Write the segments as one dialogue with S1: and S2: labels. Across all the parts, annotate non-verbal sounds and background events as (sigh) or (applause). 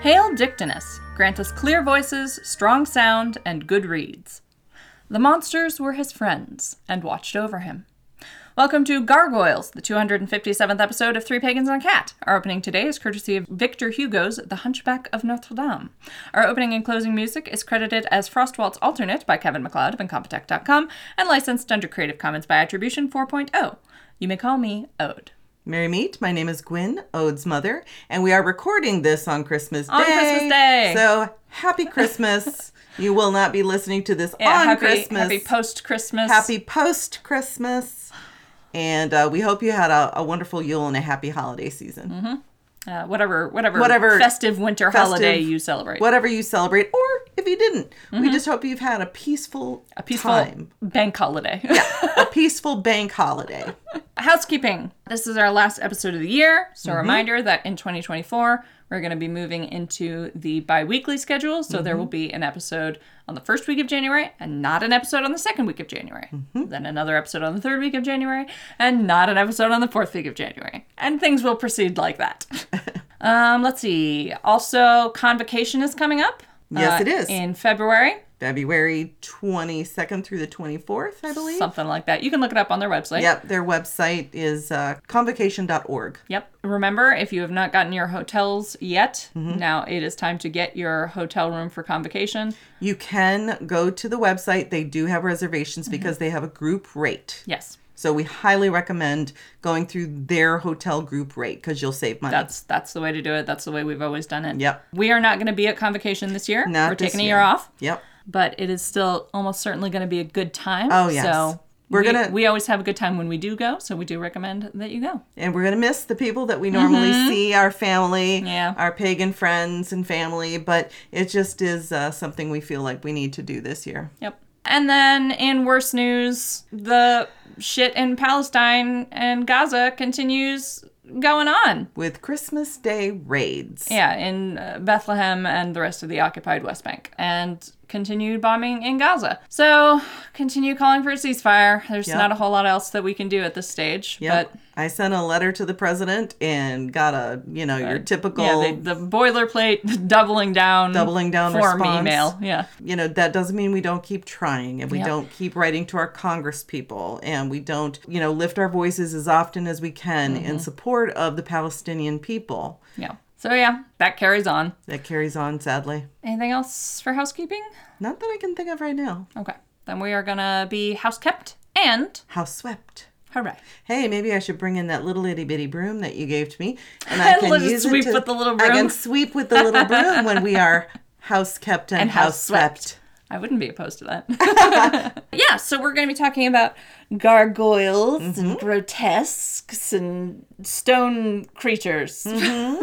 S1: Hail Dictinus, grant us clear voices, strong sound, and good reeds. The monsters were his friends and watched over him. Welcome to Gargoyles, the 257th episode of Three Pagans and a Cat. Our opening today is courtesy of Victor Hugo's The Hunchback of Notre Dame. Our opening and closing music is credited as Frostwaltz Alternate by Kevin McLeod of Incompetech.com and licensed under Creative Commons by Attribution 4.0. You may call me Ode.
S2: Merry Meet. My name is Gwyn, Ode's mother, and we are recording this on Christmas
S1: On
S2: Day.
S1: Christmas Day.
S2: So
S1: (laughs)
S2: happy Christmas. you will not be listening to this
S1: Yeah,
S2: on
S1: happy,
S2: Christmas.
S1: Happy post Christmas.
S2: Happy post Christmas. And uh, we hope you had a, a wonderful Yule and a happy holiday season.
S1: uh, whatever whatever
S2: Whatever
S1: festive winter
S2: festive-
S1: holiday you celebrate.
S2: Whatever you celebrate, or if you didn't, we just hope you've had a peaceful,
S1: Mm-hmm. a peaceful
S2: time.
S1: bank holiday.
S2: a peaceful bank holiday.
S1: (laughs)
S2: (laughs)
S1: Housekeeping. This is our last episode of the year, so
S2: Mm-hmm.
S1: a reminder that in 2024 we're going to be moving into the bi-weekly schedule, so
S2: Mm-hmm.
S1: there will be an episode on the first week of January and not an episode on the second week of January.
S2: Mm-hmm.
S1: Then another episode on the third week of January and not an episode on the fourth week of January. And things will proceed like
S2: (laughs)
S1: that. um, let's see. Also, convocation is coming up. uh,
S2: Yes, it is.
S1: In February.
S2: February 22nd through the 24th, I believe.
S1: Something like that. You can look it up on their website.
S2: Yep, their website is uh, convocation.org.
S1: Yep. Remember, if you have not gotten your hotels yet,
S2: Mm-hmm.
S1: now it is time to get your hotel room for convocation.
S2: You can go to the website. They do have reservations
S1: Mm-hmm.
S2: because they have a group rate.
S1: Yes.
S2: So we highly recommend going through their hotel group rate because you'll save money.
S1: That's that's the way to do it. That's the way we've always done it.
S2: Yep.
S1: We are not going to be at convocation this year.
S2: Not
S1: We're
S2: this
S1: taking a year off,
S2: Yep.
S1: but it is still almost certainly going to be a good time.
S2: Oh, yes.
S1: So
S2: We're
S1: we-
S2: gonna-
S1: we always have a good time when we do go, so we do recommend that you go.
S2: And we're going to miss the people that we normally see, our family,
S1: Mm-hmm. Yeah.
S2: our pagan friends and family, but it just is uh, something we feel like we need to do this year.
S1: Yep. And then in worse news, the shit in Palestine and Gaza continues going on.
S2: With Christmas Day raids.
S1: Yeah, in uh, Bethlehem and the rest of the occupied West Bank, and continued bombing in Gaza. So, continue calling for a ceasefire. There's
S2: Yep.
S1: not a whole lot else that we can do at this stage.
S2: Yep. I sent a letter to the president and got a, you know, your
S1: But
S2: typical
S1: yeah, they, the boilerplate (laughs) doubling down,
S2: Doubling down
S1: form
S2: response.
S1: email. Yeah,
S2: you know that doesn't mean we don't keep trying and we
S1: Yeah.
S2: don't keep writing to our congress people and we don't you know lift our voices as often as we can
S1: Mm-hmm.
S2: in support of the palestinian people
S1: yeah. So yeah, that carries on.
S2: that carries on sadly
S1: Anything else for housekeeping?
S2: not that i can think of right now
S1: Okay, then we are gonna be house kept and
S2: house swept
S1: hooray.
S2: hey maybe i should bring in that little itty bitty broom that you gave to me
S1: (laughs)
S2: and i can
S1: Let's
S2: use
S1: sweep
S2: it to,
S1: with the little
S2: i
S1: broom.
S2: can sweep with the little broom when we are
S1: (laughs)
S2: house kept and,
S1: And house
S2: house swept,
S1: swept. I wouldn't be opposed to that. (laughs) yeah, so we're going to be talking about gargoyles and grotesques and stone creatures.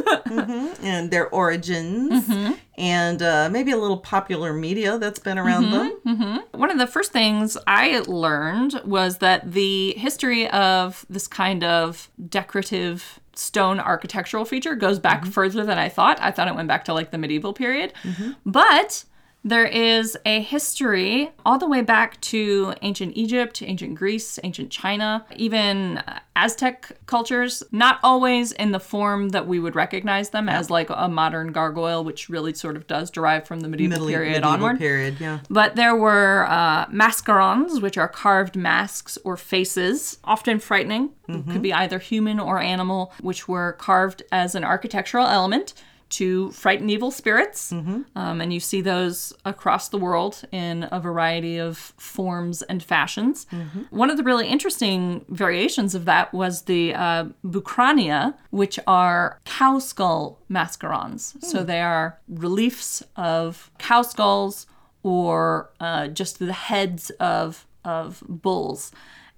S2: and their origins
S1: Mm-hmm.
S2: and uh, maybe a little popular media that's been around
S1: Mm-hmm.
S2: them
S1: One of the first things I learned was that the history of this kind of decorative stone architectural feature goes back
S2: Mm-hmm.
S1: further than I thought. I thought it went back to like the medieval period. But there is a history all the way back to ancient Egypt, ancient Greece, ancient China, even uh, Aztec cultures, not always in the form that we would recognize them as like a modern gargoyle, which really sort of does derive from the medieval
S2: Middle-
S1: period
S2: medieval
S1: onward.
S2: period yeah
S1: But there were uh, mascarons, which are carved masks or faces, often frightening, could be either human or animal, which were carved as an architectural element to frighten evil spirits. Um, and you see those across the world in a variety of forms and fashions. One of the really interesting variations of that was the uh, bucrania, which are cow skull mascarons. So they are reliefs of cow skulls or uh, just the heads of of bulls,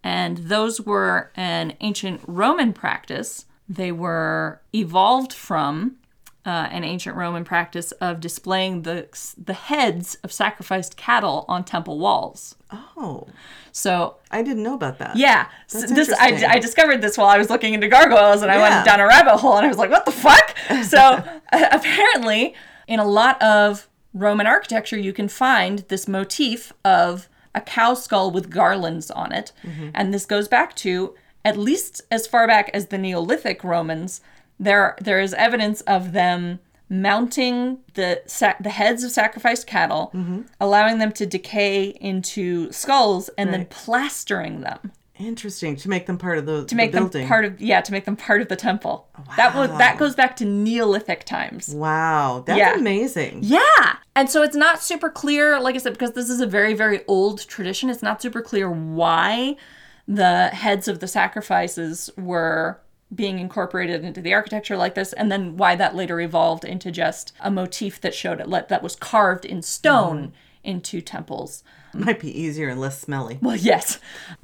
S1: and those were an ancient Roman practice. They were evolved from uh, an ancient Roman practice of displaying the the heads of sacrificed cattle on temple walls.
S2: Oh,
S1: So
S2: I didn't know about that.
S1: yeah, so this I,
S2: interesting.
S1: I discovered this while I was looking into gargoyles, and I
S2: Yeah.
S1: went down a rabbit hole, and I was like, "What the
S2: (laughs)
S1: fuck?" So apparently, in a lot of Roman architecture, you can find this motif of a cow skull with garlands on it,
S2: Mm-hmm.
S1: and this goes back to at least as far back as the Neolithic Romans. There, there is evidence of them mounting the sa- the heads of sacrificed cattle,
S2: Mm-hmm.
S1: allowing them to decay into skulls, and then plastering them
S2: Interesting to make them part of the,
S1: to make
S2: the
S1: them
S2: building.
S1: part of yeah to make them part of the temple. That was that goes back to Neolithic times.
S2: wow, that's
S1: Yeah.
S2: amazing.
S1: Yeah. And so it's not super clear, like I said, because this is a very, very old tradition, it's not super clear why the heads of the sacrifices were being incorporated into the architecture like this, and then why that later evolved into just a motif that showed it let, that was carved in stone into temples.
S2: Might be easier and less smelly.
S1: Well, yes,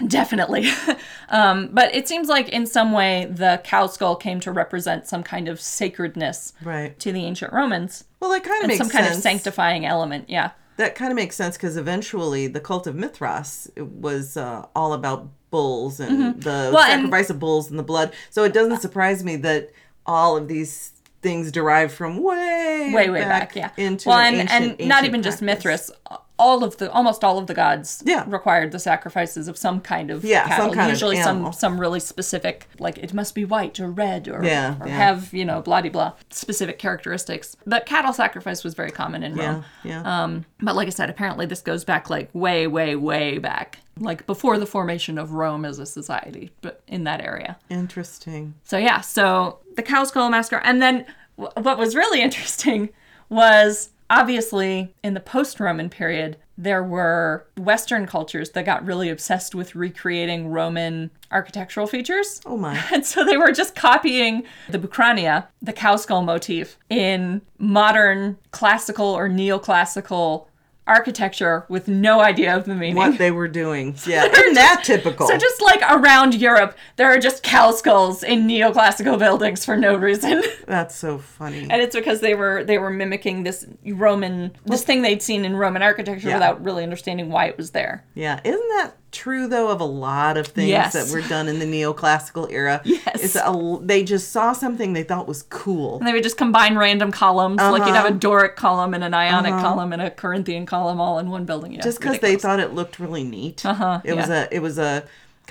S1: definitely. (laughs) um, but it seems like in some way the cow skull came to represent some kind of sacredness
S2: Right.
S1: to the ancient Romans.
S2: Well, that kind of makes
S1: some kind
S2: sense.
S1: of sanctifying element, yeah.
S2: that kind of makes sense because eventually the cult of Mithras was uh, all about bulls and the
S1: Mm-hmm. Well, and-
S2: sacrifice of bulls and the blood. So it doesn't surprise me that all of these things derive from way,
S1: way way back, yeah
S2: into
S1: well
S2: an
S1: and,
S2: ancient,
S1: and not
S2: ancient
S1: even just
S2: practice.
S1: mithras all of the almost all of the gods
S2: Yeah.
S1: required the sacrifices of some kind of
S2: Yeah, some
S1: cattle
S2: kind of
S1: usually
S2: animal.
S1: some some really specific like it must be white or red or,
S2: Yeah,
S1: or
S2: yeah.
S1: have you know blah de blah specific characteristics but cattle sacrifice was very common in
S2: Yeah,
S1: rome
S2: yeah.
S1: um, but like i said apparently this goes back like way way way back like before the formation of rome as a society but in that area
S2: Interesting.
S1: so yeah, so the cow skull massacre, and then w- what was really (laughs) interesting was obviously in the post-Roman period there were Western cultures that got really obsessed with recreating Roman architectural features.
S2: Oh my.
S1: (laughs) And so they were just copying the Bucrania, the cow skull motif, in modern classical or neoclassical architecture with no idea of the meaning.
S2: (laughs) What they were doing. Yeah. Isn't that
S1: (laughs)
S2: typical?
S1: So just like around Europe, there are just cow skulls in neoclassical buildings for no reason, (laughs)
S2: That's so funny.
S1: and it's because they were they were mimicking this Roman this thing they'd seen in Roman architecture
S2: Yeah.
S1: without really understanding why it was there.
S2: Yeah, isn't that true though of a lot of things
S1: Yes.
S2: that were done in the neoclassical era?
S1: (laughs) Yes.
S2: it's a, they just saw something they thought was cool.
S1: And they would just combine random columns, like you'd have a Doric column and an Ionic column and a Corinthian column all in one building. Yeah,
S2: Just because they
S1: ridiculous.
S2: thought it looked really neat. Uh-huh, it was
S1: yeah.
S2: a it was a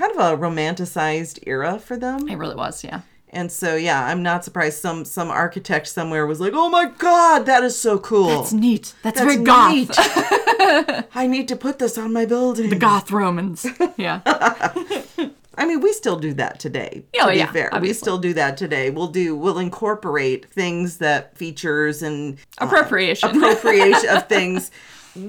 S2: kind of a romanticized era for them.
S1: it really was, yeah.
S2: And so yeah, I'm not surprised some some architect somewhere was like, "Oh my god, that is so cool.
S1: It's neat. Oh. That's,
S2: That's
S1: very goth.
S2: neat. (laughs) I need to put this on my building."
S1: Goth (laughs) Romans. Yeah.
S2: I mean, we still do that today.
S1: Oh,
S2: to be
S1: yeah,
S2: fair, we
S1: obviously.
S2: still do that today. We'll do we'll incorporate things that features and uh,
S1: Appropriation. (laughs)
S2: appropriation of things,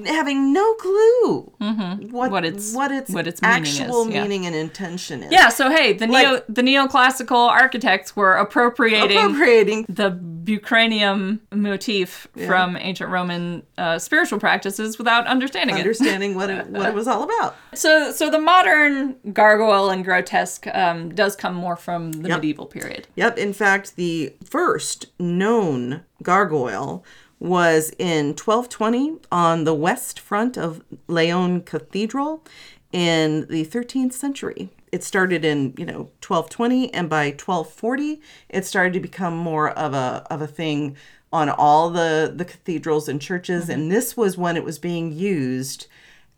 S2: having no clue what
S1: Mm-hmm. What it's-
S2: what its
S1: what its meaning is,
S2: actual
S1: yeah.
S2: meaning and intention is.
S1: yeah, so hey, the neo the neoclassical architects were appropriating
S2: appropriating.
S1: the Bucranium motif from ancient Roman uh, spiritual practices without understanding it.
S2: Understanding what
S1: (laughs)
S2: it, what it was all about.
S1: So, so the modern gargoyle and grotesque um, does come more from the medieval period.
S2: Yep. In fact, the first known gargoyle was in 1220 on the west front of Leon Cathedral in the 13th century. It started in, you know, 1220 and by 1240 it started to become more of a of a thing on all the the cathedrals and churches and this was when it was being used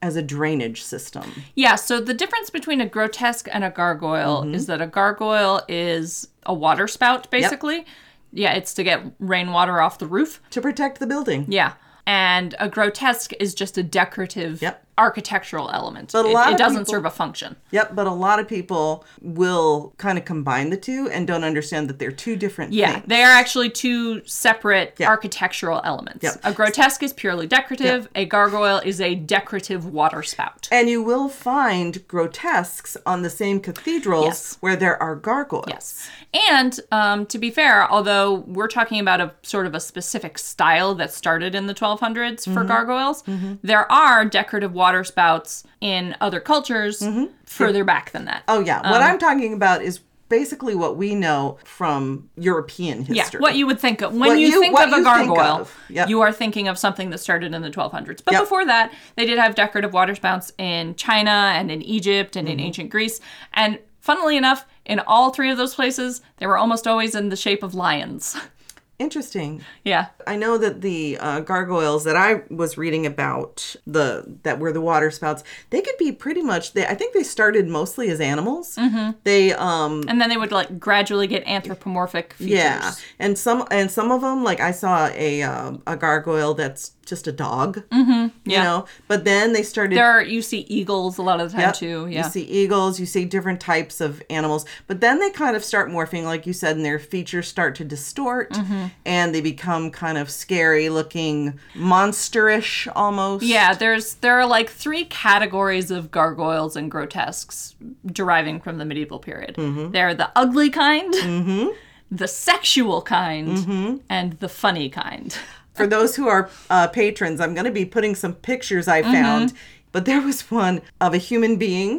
S2: as a drainage system.
S1: Yeah. So the difference between a grotesque and a gargoyle is that a gargoyle is a water spout, basically. Yeah, it's to get rainwater off the roof.
S2: To protect the building.
S1: Yeah. And a grotesque is just a decorative
S2: Yep.
S1: architectural element.
S2: But a
S1: it,
S2: lot
S1: it
S2: of
S1: doesn't
S2: people-
S1: serve a function.
S2: Yep, but a lot of people will kind of combine the two and don't understand that they're two different
S1: Yeah,
S2: things.
S1: they are actually two separate architectural elements.
S2: Yeah.
S1: A grotesque is purely decorative, a gargoyle is a decorative water spout.
S2: And you will find grotesques on the same cathedrals
S1: Yes.
S2: where there are gargoyles.
S1: Yes. And um, to be fair, although we're talking about a sort of a specific style that started in the 1200s for
S2: Mm-hmm.
S1: gargoyles, there are decorative water spouts in other cultures
S2: Mm-hmm.
S1: further back than that.
S2: Oh yeah,
S1: Um,
S2: what I'm talking about is basically what we know from European
S1: Yeah,
S2: history.
S1: what you would think of when
S2: What
S1: you,
S2: you-
S1: think
S2: what
S1: of a
S2: you think
S1: gargoyle,
S2: of. Yep.
S1: you are thinking of something that started in the 1200s. But
S2: Yep.
S1: before that, they did have decorative water spouts in China and in Egypt and in
S2: Mm-hmm.
S1: ancient Greece. And funnily enough, in all three of those places, they were almost always in the shape of lions. (laughs)
S2: Interesting.
S1: Yeah.
S2: I know that the uh, gargoyles that I was reading about the that were the water spouts, they could be pretty much. They, I think they started mostly as animals. Mm-hmm. They um
S1: And then they would like gradually get anthropomorphic features.
S2: yeah, and some and some of them like I saw a uh, a gargoyle that's just a dog. Mm-hmm. You
S1: yeah.
S2: know, but then they started.
S1: There are, you see eagles a lot of the time
S2: Yep.
S1: too. Yeah.
S2: You see eagles, you see different types of animals, but then they kind of start morphing, like you said, and their features start to distort
S1: Mm-hmm.
S2: and they become kind of scary looking, monsterish almost.
S1: Yeah, there's there are like three categories of gargoyles and grotesques deriving from the medieval period.
S2: Mm-hmm.
S1: They're the ugly kind, the sexual kind,
S2: Mm-hmm.
S1: and the funny kind. (laughs)
S2: For those who are uh, patrons, I'm going to be putting some pictures
S1: Mm-hmm.
S2: I found, but there was one of a human being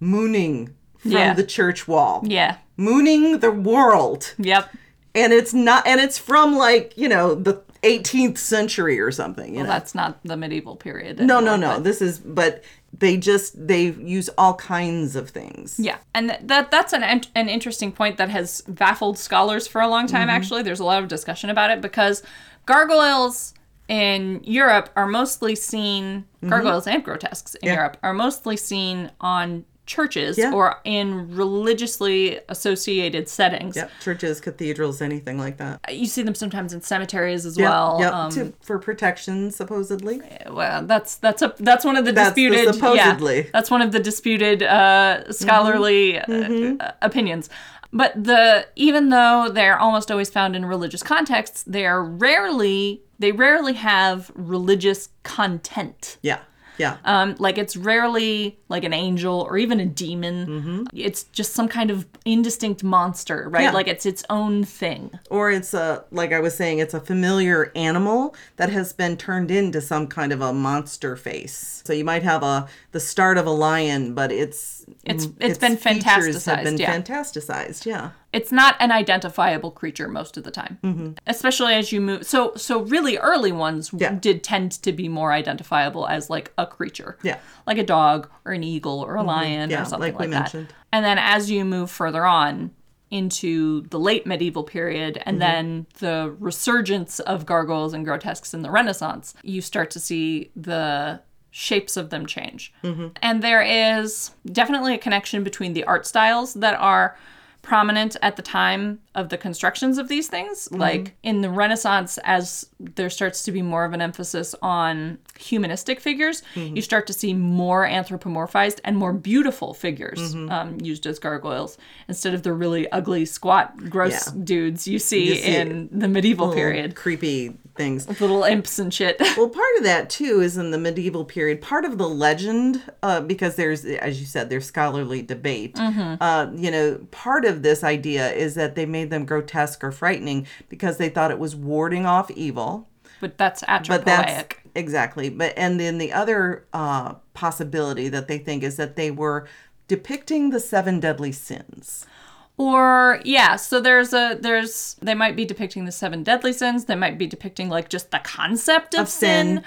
S2: mooning from
S1: Mm-hmm. Yeah.
S2: the church wall,
S1: Yeah.
S2: mooning the world.
S1: Yep.
S2: And it's not, and it's from like, you know, the 18th century or something, you know.
S1: Oh, That's not the medieval period.
S2: No,
S1: anymore,
S2: no, no.
S1: but-
S2: This is, but they just they use all kinds of things.
S1: Yeah, and th- that that's an ent- an interesting point that has baffled scholars for a long time. Actually, there's a lot of discussion about it because gargoyles in Europe are mostly seen gargoyles and grotesques in Europe are mostly seen on churches
S2: Yeah.
S1: or in religiously associated settings.
S2: Yep. Churches, cathedrals, anything like that.
S1: You see them sometimes in cemeteries as
S2: Yep,
S1: well.
S2: yep.
S1: Um,
S2: to, for protection, supposedly.
S1: well, that's that's a that's one of the
S2: That's the
S1: disputed
S2: supposedly. Mm-hmm.
S1: Yeah, that's one of the disputed uh, scholarly uh, uh, opinions. But the even though they're almost always found in religious contexts, they are rarely they rarely have religious content.
S2: Yeah, yeah.
S1: Um, like it's rarely like an angel or even a demon. It's just some kind of indistinct monster, right?
S2: Mm-hmm. Yeah.
S1: Like it's its own thing.
S2: or it's a like I was saying, it's a familiar animal that has been turned into some kind of a monster face. So you might have a the start of a lion, but Mm. it's
S1: It's- it's been
S2: features Have been
S1: fantasticized, yeah.
S2: fantasticized. Yeah.
S1: it's not an identifiable creature most of the time
S2: Mm-hmm.
S1: especially as you move so so really early ones w-
S2: Yeah.
S1: did tend to be more identifiable as like a creature
S2: Yeah. Mm-hmm.
S1: like a dog or an eagle or a lion
S2: Yeah,
S1: or something
S2: like
S1: like,
S2: we
S1: that
S2: mentioned.
S1: and then as you move further on into the late medieval period and
S2: Mm-hmm.
S1: then the resurgence of gargoyles and grotesques in the renaissance you start to see the shapes of them change
S2: Mm-hmm.
S1: and there is definitely a connection between the art styles that are prominent at the time of the constructions of these things
S2: Mm-hmm.
S1: like in the renaissance as there starts to be more of an emphasis on humanistic figures
S2: Mm-hmm.
S1: you start to see more anthropomorphized and more beautiful figures
S2: Mm-hmm.
S1: um, used as gargoyles instead of the really ugly squat gross
S2: Yeah.
S1: dudes you see,
S2: You see Mm-hmm.
S1: in the medieval
S2: Little
S1: period
S2: Creepy things.
S1: little imps and shit (laughs)
S2: Well, part of that too is in the medieval period. Part of the legend, uh, because there's, as you said, there's scholarly debate.
S1: Mm-hmm.
S2: Uh, you know, part of this idea is that they made them grotesque or frightening because they thought it was warding off evil.
S1: but that's
S2: But that's
S1: anthropoetic
S2: exactly. But and then the other uh, possibility that they think is that they were depicting the seven deadly sins.
S1: or yeah so there's a there's they might be depicting the seven deadly sins they might be depicting like just the concept of, sin,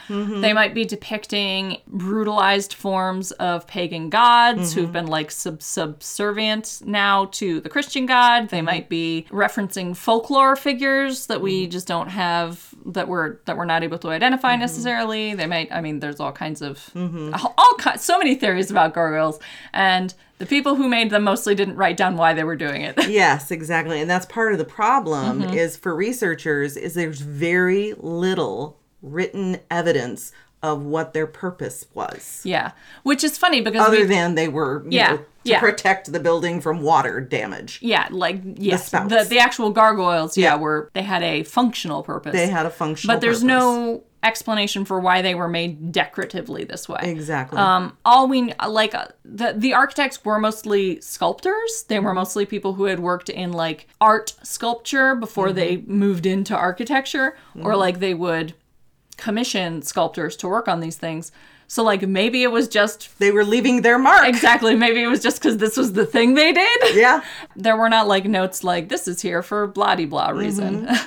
S1: they might be depicting brutalized forms of pagan gods who've been like sub- subservient now to the christian god they might be referencing folklore figures that we just don't have that we're that we're not able to identify necessarily they might i mean there's all kinds of all, all ki- so many theories about gargoyles and the people who made them mostly didn't write down why they were doing it.
S2: Yes, exactly. And that's part of the problem
S1: Mm-hmm.
S2: is for researchers is there's very little written evidence of what their purpose was.
S1: yeah, which is funny because
S2: Other
S1: we,
S2: than they were you
S1: Yeah,
S2: know, to
S1: yeah.
S2: protect the building from water damage.
S1: yeah, like yes, the,
S2: spouts.
S1: the actual gargoyles, yeah,
S2: Yeah.
S1: were they had a functional purpose.
S2: They had a functional
S1: but there's
S2: purpose.
S1: no explanation for why they were made decoratively this way.
S2: Exactly.
S1: Um, all we like uh, the the architects were mostly sculptors. They were mostly people who had worked in like art sculpture before they
S2: Mm-hmm.
S1: moved into architecture, or like they would commission sculptors to work on these things. So like maybe it was just
S2: they were leaving their mark.
S1: exactly maybe it was just because this was the thing they did.
S2: (laughs) Yeah.
S1: There were not like notes like this is here for blah de
S2: Mm-hmm.
S1: blah reason. (laughs)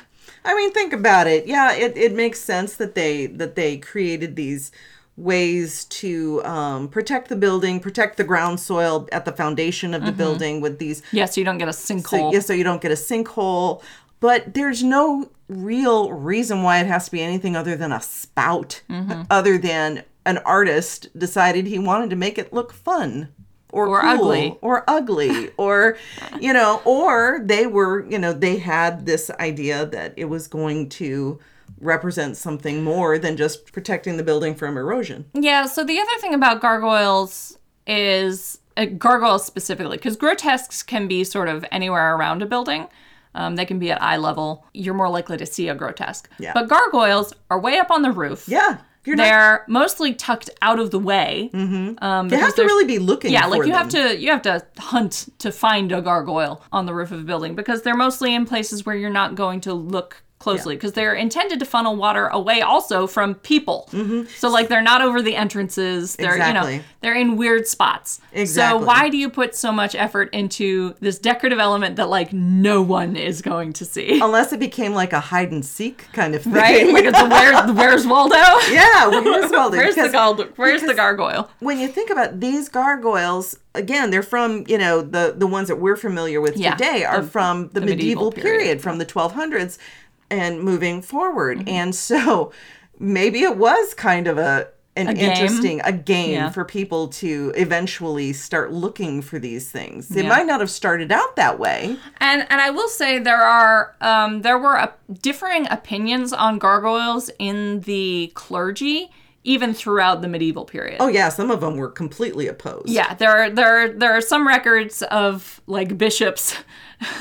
S2: I mean, think about it. Yeah, it, it makes sense that they that they created these ways to um, protect the building, protect the ground soil at the foundation of the
S1: Mm-hmm.
S2: building with these
S1: yeah, so you don't get a sinkhole.
S2: So, yeah, so you don't get a sinkhole. But there's no real reason why it has to be anything other than a spout,
S1: Mm-hmm.
S2: other than an artist decided he wanted to make it look fun or,
S1: Or
S2: cool,
S1: ugly.
S2: or
S1: (laughs)
S2: ugly or you know or they were you know they had this idea that it was going to represent something more than just protecting the building from erosion
S1: Yeah, so the other thing about gargoyles is uh, gargoyles specifically, because grotesques can be sort of anywhere around a building. Um, they can be at eye level. You're more likely to see a grotesque.
S2: Yeah.
S1: But gargoyles are way up on the roof.
S2: yeah you're not
S1: They're mostly tucked out of the way. Um,
S2: you have to really be looking
S1: yeah,
S2: for
S1: like you
S2: them.
S1: have to you have to hunt to find a gargoyle on the roof of a building because they're mostly in places where you're not going to look closely because they're intended to funnel water away also from people. So like they're not over the entrances. They're you know
S2: Mm-hmm. Exactly.
S1: they're in weird spots.
S2: Exactly.
S1: So why do you put so much effort into this decorative element that like no one is going to see?
S2: unless it became like a hide and seek kind of thing (laughs)
S1: Right? (laughs) Like it's a where, the where's Waldo?
S2: yeah
S1: (laughs)
S2: well, here's Waldo,
S1: Where's the
S2: because-
S1: gar- Where's the gargoyle?
S2: when you think about these gargoyles again they're from you know the the ones that we're familiar with
S1: Yeah,
S2: today are
S1: the-
S2: from the,
S1: the medieval
S2: medieval,
S1: period.
S2: period, from the 1200s and moving forward
S1: Mm-hmm.
S2: and so maybe it was kind of a an
S1: game.
S2: interesting a game
S1: Yeah.
S2: for people to eventually start looking for these things it
S1: Yeah.
S2: might not have started out that way
S1: And and I will say there are um, there were uh differing opinions on gargoyles in the clergy even throughout the medieval period.
S2: oh yeah some of them were completely opposed
S1: Yeah, there are, there are, there are some records of like bishops (laughs)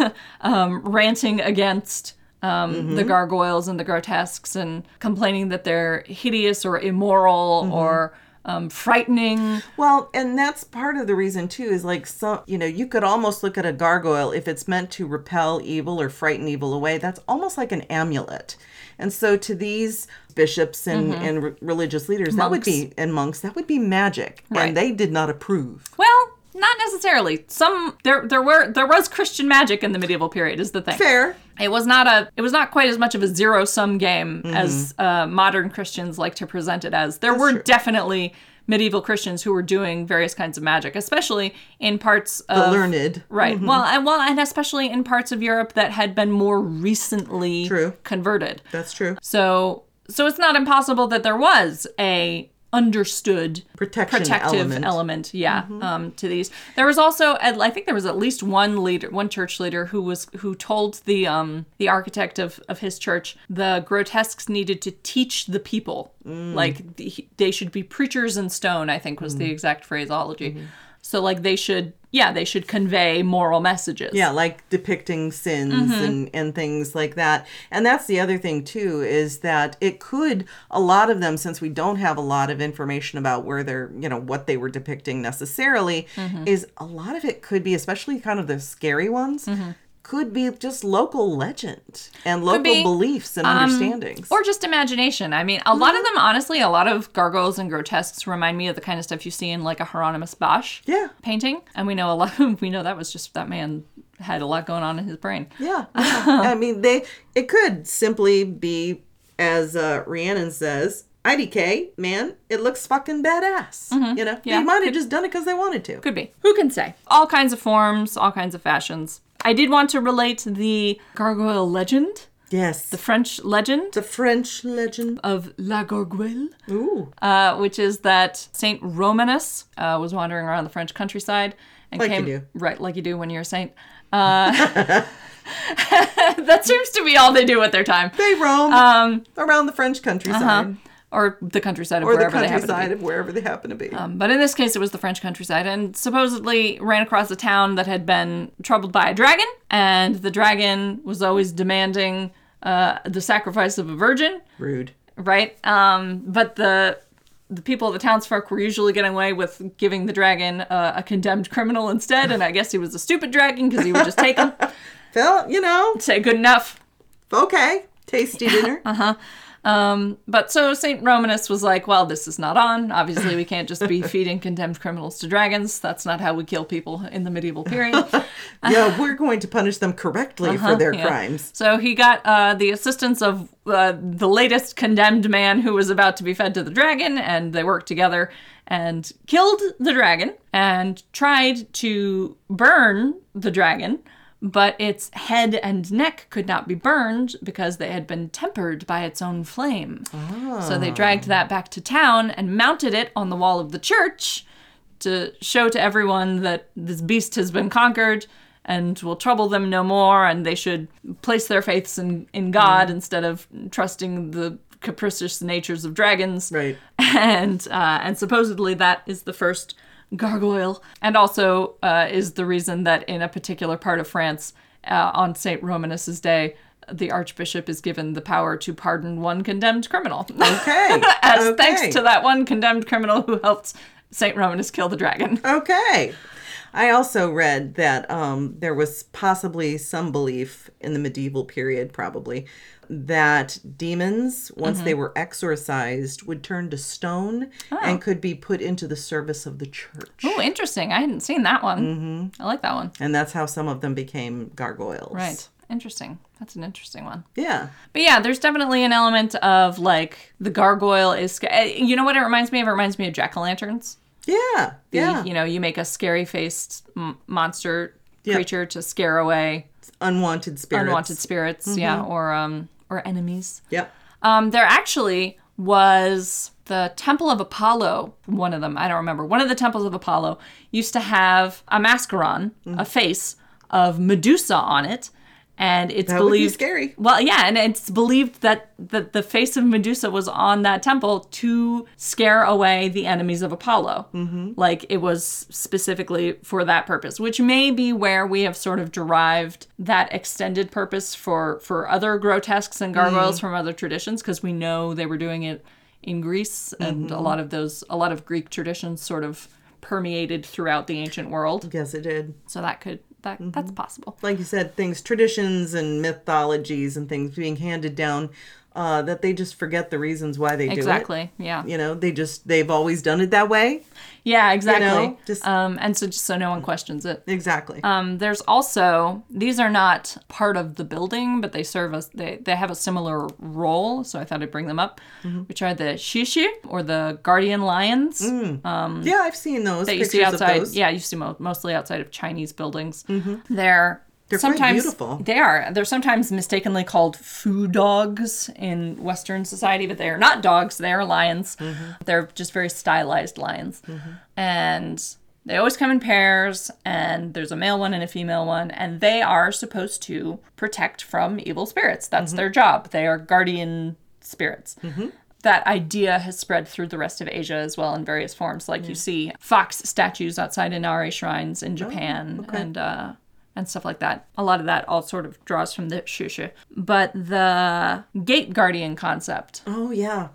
S1: um, ranting against um,
S2: Mm-hmm.
S1: the gargoyles and the grotesques and complaining that they're hideous or immoral
S2: Mm-hmm.
S1: or um, frightening.
S2: Well, and that's part of the reason too is like some, you know, you could almost look at a gargoyle if it's meant to repel evil or frighten evil away. That's almost like an amulet. And so to these bishops and,
S1: Mm-hmm.
S2: and re- religious leaders, that would be and monks, that would be magic,
S1: Right.
S2: and they did not approve.
S1: Well, not necessarily. Some there there were there was Christian magic in the medieval period is the thing.
S2: Fair.
S1: it was not a it was not quite as much of a zero sum game as uh, modern christians like to present it as there were definitely medieval christians who were doing various kinds of magic especially in parts of
S2: Learned.
S1: right well and well and especially in parts of europe that had been more recently
S2: True.
S1: converted
S2: That's true.
S1: so so it's not impossible that there was a understood
S2: Protection
S1: protective element,
S2: element. Mm-hmm.
S1: yeah um, to these there was also at- i think there was at least one leader one church leader who was who told the um the architect of of his church the grotesques needed to teach the people
S2: Mm.
S1: like the, they should be preachers in stone i think was the exact phraseology
S2: Mm-hmm.
S1: so like they should yeah they should convey moral messages
S2: Yeah, like depicting sins
S1: Mm-hmm.
S2: and, and things like that. And that's the other thing, too, is that it could, a lot of them, since we don't have a lot of information about where they're, you know, what they were depicting necessarily,
S1: Mm-hmm.
S2: is a lot of it could be, especially kind of the scary ones,
S1: Mm-hmm.
S2: could be just local legend and local
S1: be. Um,
S2: beliefs and understandings.
S1: Or just imagination. I mean, a lot of them,
S2: Mm-hmm.
S1: honestly, a lot of gargoyles and grotesques remind me of the kind of stuff you see in like a Hieronymus Bosch
S2: yeah.
S1: painting. And we know a lot. (laughs) We know that was just that man had a lot going on in his brain. (laughs)
S2: Yeah. yeah. I mean, they it could simply be as uh, Rhiannon says, IDK, man, it looks fucking badass. You know,
S1: Mm-hmm. Yeah.
S2: they might have just done it because they wanted to.
S1: Could be. Who can say? All kinds of forms, all kinds of fashions. I did want to relate the gargoyle legend,
S2: Yes.
S1: the French legend
S2: The French legend.
S1: of La Gargoyle.
S2: Ooh.
S1: uh, which is that Saint Romanus uh, was wandering around the French countryside and
S2: Like you
S1: came
S2: do.
S1: right like you do when you're a saint. Uh, (laughs) that seems to be all they do with their time, Uh,
S2: They roam um, around the French countryside
S1: or the countryside of
S2: or the
S1: Uh-huh. wherever they happen to be.
S2: countryside of wherever they happen to be.
S1: Um, but in this case, it was the French countryside, and supposedly ran across a town that had been troubled by a dragon, and the dragon was always demanding uh, the sacrifice of a virgin.
S2: Rude.
S1: right? Um, but the the people, the townsfolk, were usually getting away with giving the dragon uh, a condemned criminal instead, and I guess he was a stupid dragon because he would just take him, (laughs)
S2: Well, you know,
S1: say good enough.
S2: okay.
S1: (laughs)
S2: Tasty dinner.
S1: Uh-huh. Um, but so Saint Romanus was like, well, this is not on. Obviously, we can't just be (laughs) feeding condemned criminals to dragons. That's not how we kill people in the medieval period.
S2: yeah, we're going to punish them correctly for their
S1: Uh-huh. Yeah.
S2: crimes.
S1: So he got uh, the assistance of uh, the latest condemned man who was about to be fed to the dragon, and they worked together and killed the dragon and tried to burn the dragon. but its head and neck could not be burned because they had been tempered by its own flame. So
S2: Ah.
S1: they dragged that back to town and mounted it on the wall of the church to show to everyone that this beast has been conquered and will trouble them no more, and they should place their faiths in, in God instead of trusting the capricious natures of dragons
S2: Right.
S1: (laughs) and uh, and supposedly that is the first gargoyle, and also uh, is the reason that in a particular part of France uh, on Saint Romanus's day, the archbishop is given the power to pardon one condemned criminal, (laughs)
S2: Okay.
S1: as
S2: okay.
S1: thanks to that one condemned criminal who helped Saint Romanus kill the dragon. (laughs)
S2: Okay. I also read that um, there was possibly some belief in the medieval period, probably, that demons, once
S1: Mm-hmm.
S2: they were exorcised, would turn to stone and could be put into the service of the church.
S1: Oh, interesting! I hadn't seen that one. I like that one.
S2: And that's how some of them became gargoyles.
S1: Right. Interesting. That's an interesting one.
S2: Yeah.
S1: But yeah, there's definitely an element of like the gargoyle is. sc- eh, You know what it reminds me of? It reminds me of jack o' lanterns.
S2: Yeah.
S1: the,
S2: yeah.
S1: you know you make a scary faced m- monster creature to scare away
S2: Unwanted spirits.
S1: unwanted spirits yeah or um or enemies
S2: Yep.
S1: um there actually was the temple of apollo one of them i don't remember one of the temples of apollo used to have a mascaron
S2: Mm-hmm.
S1: a face of medusa on it and it's
S2: That would be
S1: believed
S2: scary.
S1: well, yeah, and it's believed that the, the face of Medusa was on that temple to scare away the enemies of Apollo. Mm-hmm. Like it was specifically for that purpose, which may be where we have sort of derived that extended purpose for for other grotesques and gargoyles from other traditions, because we know they were doing it in Greece, and a lot of those a lot of Greek traditions sort of permeated throughout the ancient world.
S2: Yes, it did.
S1: So that could that that's possible.
S2: like you said, things, traditions, and mythologies and things being handed down uh, that they just forget the reasons why they do
S1: Exactly. Yeah.
S2: it. You know, they just they've always done it that way.
S1: Yeah, exactly.
S2: know, just-
S1: um, and so just so no one questions it.
S2: Exactly.
S1: Um, there's also these are not part of the building, but they serve us. They they have a similar role, so I thought I'd bring them up,
S2: Mm-hmm.
S1: which are the shishu or the guardian lions
S2: yeah, I've seen those
S1: Um, that you
S2: Mm, pictures
S1: see outside.
S2: of those. Mm-hmm.
S1: Yeah, you see mo- mostly outside of Chinese buildings. They're
S2: They're quite
S1: sometimes
S2: beautiful.
S1: they are. They're sometimes mistakenly called foo dogs in Western society, but they are not dogs. They are lions.
S2: Mm-hmm.
S1: They're just very stylized lions, and they always come in pairs. And there's a male one and a female one, and they are supposed to protect from evil spirits. That's
S2: Mm-hmm.
S1: their job. They are guardian spirits that idea has spread through the rest of Asia as well in various forms. Like you see fox statues outside Inari shrines
S2: Oh,
S1: in Japan and uh, and stuff like that. A lot of that all sort of draws from the shushu. But the gate guardian concept
S2: Oh yeah.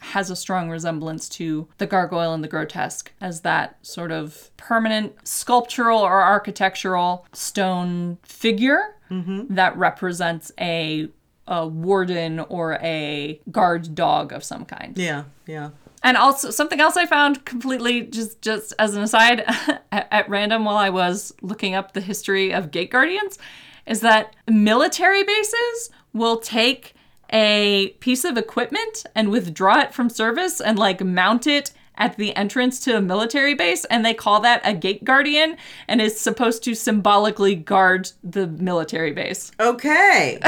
S1: has a strong resemblance to the gargoyle and the grotesque as that sort of permanent sculptural or architectural stone figure that represents a a warden or a guard dog of some kind.
S2: Yeah. Yeah.
S1: And also something else I found completely just just as an aside (laughs) at, at random while I was looking up the history of gate guardians is that military bases will take a piece of equipment and withdraw it from service and like mount it at the entrance to a military base and they call that a gate guardian and is supposed to symbolically guard the military base. (laughs)
S2: Okay.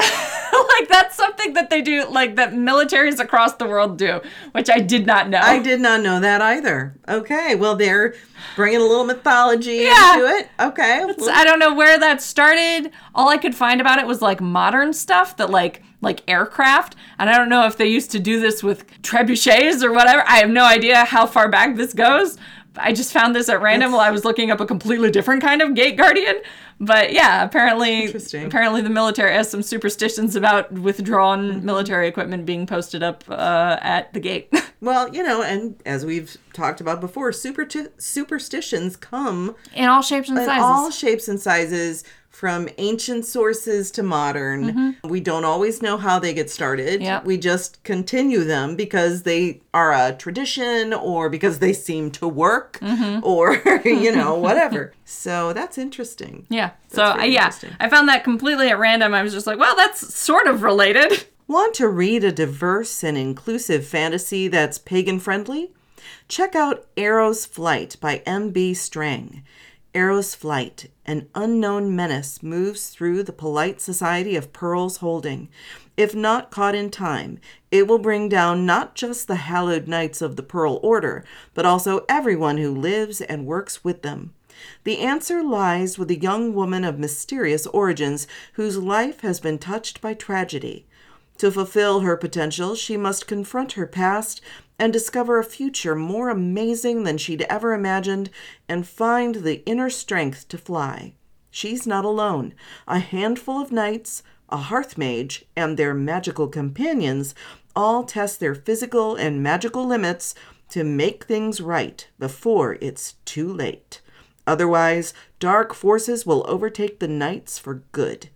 S1: like that's something that they do like that militaries across the world do, which I did not know. (laughs)
S2: I did not know that either. Okay. Well, they're bringing a little mythology
S1: Yeah.
S2: into it. Okay.
S1: So I don't know where that started. All I could find about it was like modern stuff that like like aircraft, and I don't know if they used to do this with trebuchets or whatever. I have no idea how far back this goes. I just found this at random while I was looking up a completely different kind of gate guardian. But yeah, apparently
S2: Interesting.
S1: apparently the military has some superstitions about
S2: Mm-hmm.
S1: withdrawn military equipment being posted up uh, at the gate. (laughs)
S2: Well, you know, and as we've talked about before, super superstitions come
S1: In all shapes and
S2: in
S1: sizes.
S2: all shapes and sizes from ancient sources to modern. We don't always know how they get started.
S1: Yep.
S2: We just continue them because they are a tradition or because they seem to work or, (laughs) you know, whatever. so that's interesting.
S1: yeah. So I,
S2: very
S1: yeah,
S2: interesting.
S1: I found that completely at random. I was just like, well, that's sort of related.
S2: Want to read a diverse and inclusive fantasy that's pagan friendly? Check out Arrow's Flight by M.B. Strang. Arrow's flight, an unknown menace moves through the polite society of Pearl's Holding. If not caught in time, it will bring down not just the hallowed knights of the Pearl Order, but also everyone who lives and works with them. The answer lies with a young woman of mysterious origins whose life has been touched by tragedy. To fulfill her potential, she must confront her past and discover a future more amazing than she'd ever imagined and find the inner strength to fly. She's not alone. A handful of knights, a hearth mage, and their magical companions all test their physical and magical limits to make things right before it's too late. Otherwise, dark forces will overtake the knights for good.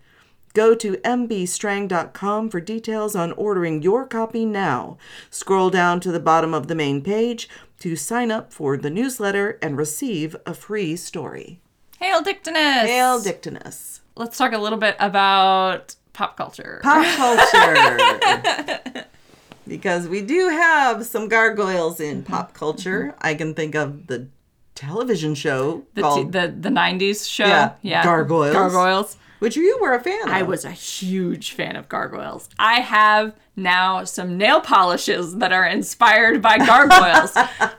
S2: Go to mbstrang.com for details on ordering your copy now. Scroll down to the bottom of the main page to sign up for the newsletter and receive a free story.
S1: Hail Dictinus!
S2: Hail Dictinus.
S1: Let's talk a little bit about pop culture.
S2: Pop culture.
S1: (laughs)
S2: because we do have some gargoyles in pop culture. I can think of the television show
S1: Mm-hmm. the,
S2: called
S1: the the 90s show.
S2: Yeah, Gargoyles.
S1: Gargoyles.
S2: which you were a fan of.
S1: I was a huge fan of gargoyles. I have now some nail polishes that are inspired by
S2: (laughs)
S1: gargoyles.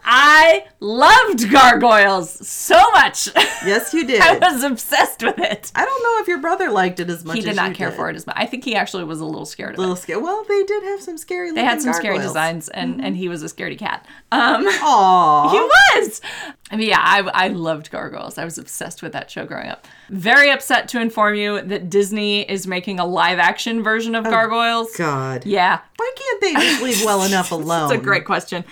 S1: I loved gargoyles so much. (laughs)
S2: Yes, you did.
S1: I was obsessed with it.
S2: I don't know if your brother liked it as much
S1: He
S2: as
S1: did not
S2: you
S1: care
S2: did.
S1: for it as much. I think he actually was a little scared of it.
S2: little scary. Well, they did have some scary.
S1: They had some scary designs, and,
S2: Mm-hmm.
S1: and he was a scaredy cat. Um,
S2: Aww.
S1: He was. I mean, yeah, I, I loved Gargoyles. I was obsessed with that show growing up. Very upset to inform you that Disney is making a live action version
S2: Oh.
S1: of Gargoyles.
S2: God.
S1: Yeah,
S2: Why can't they just leave
S1: (laughs)
S2: well enough alone?
S1: it's a great question.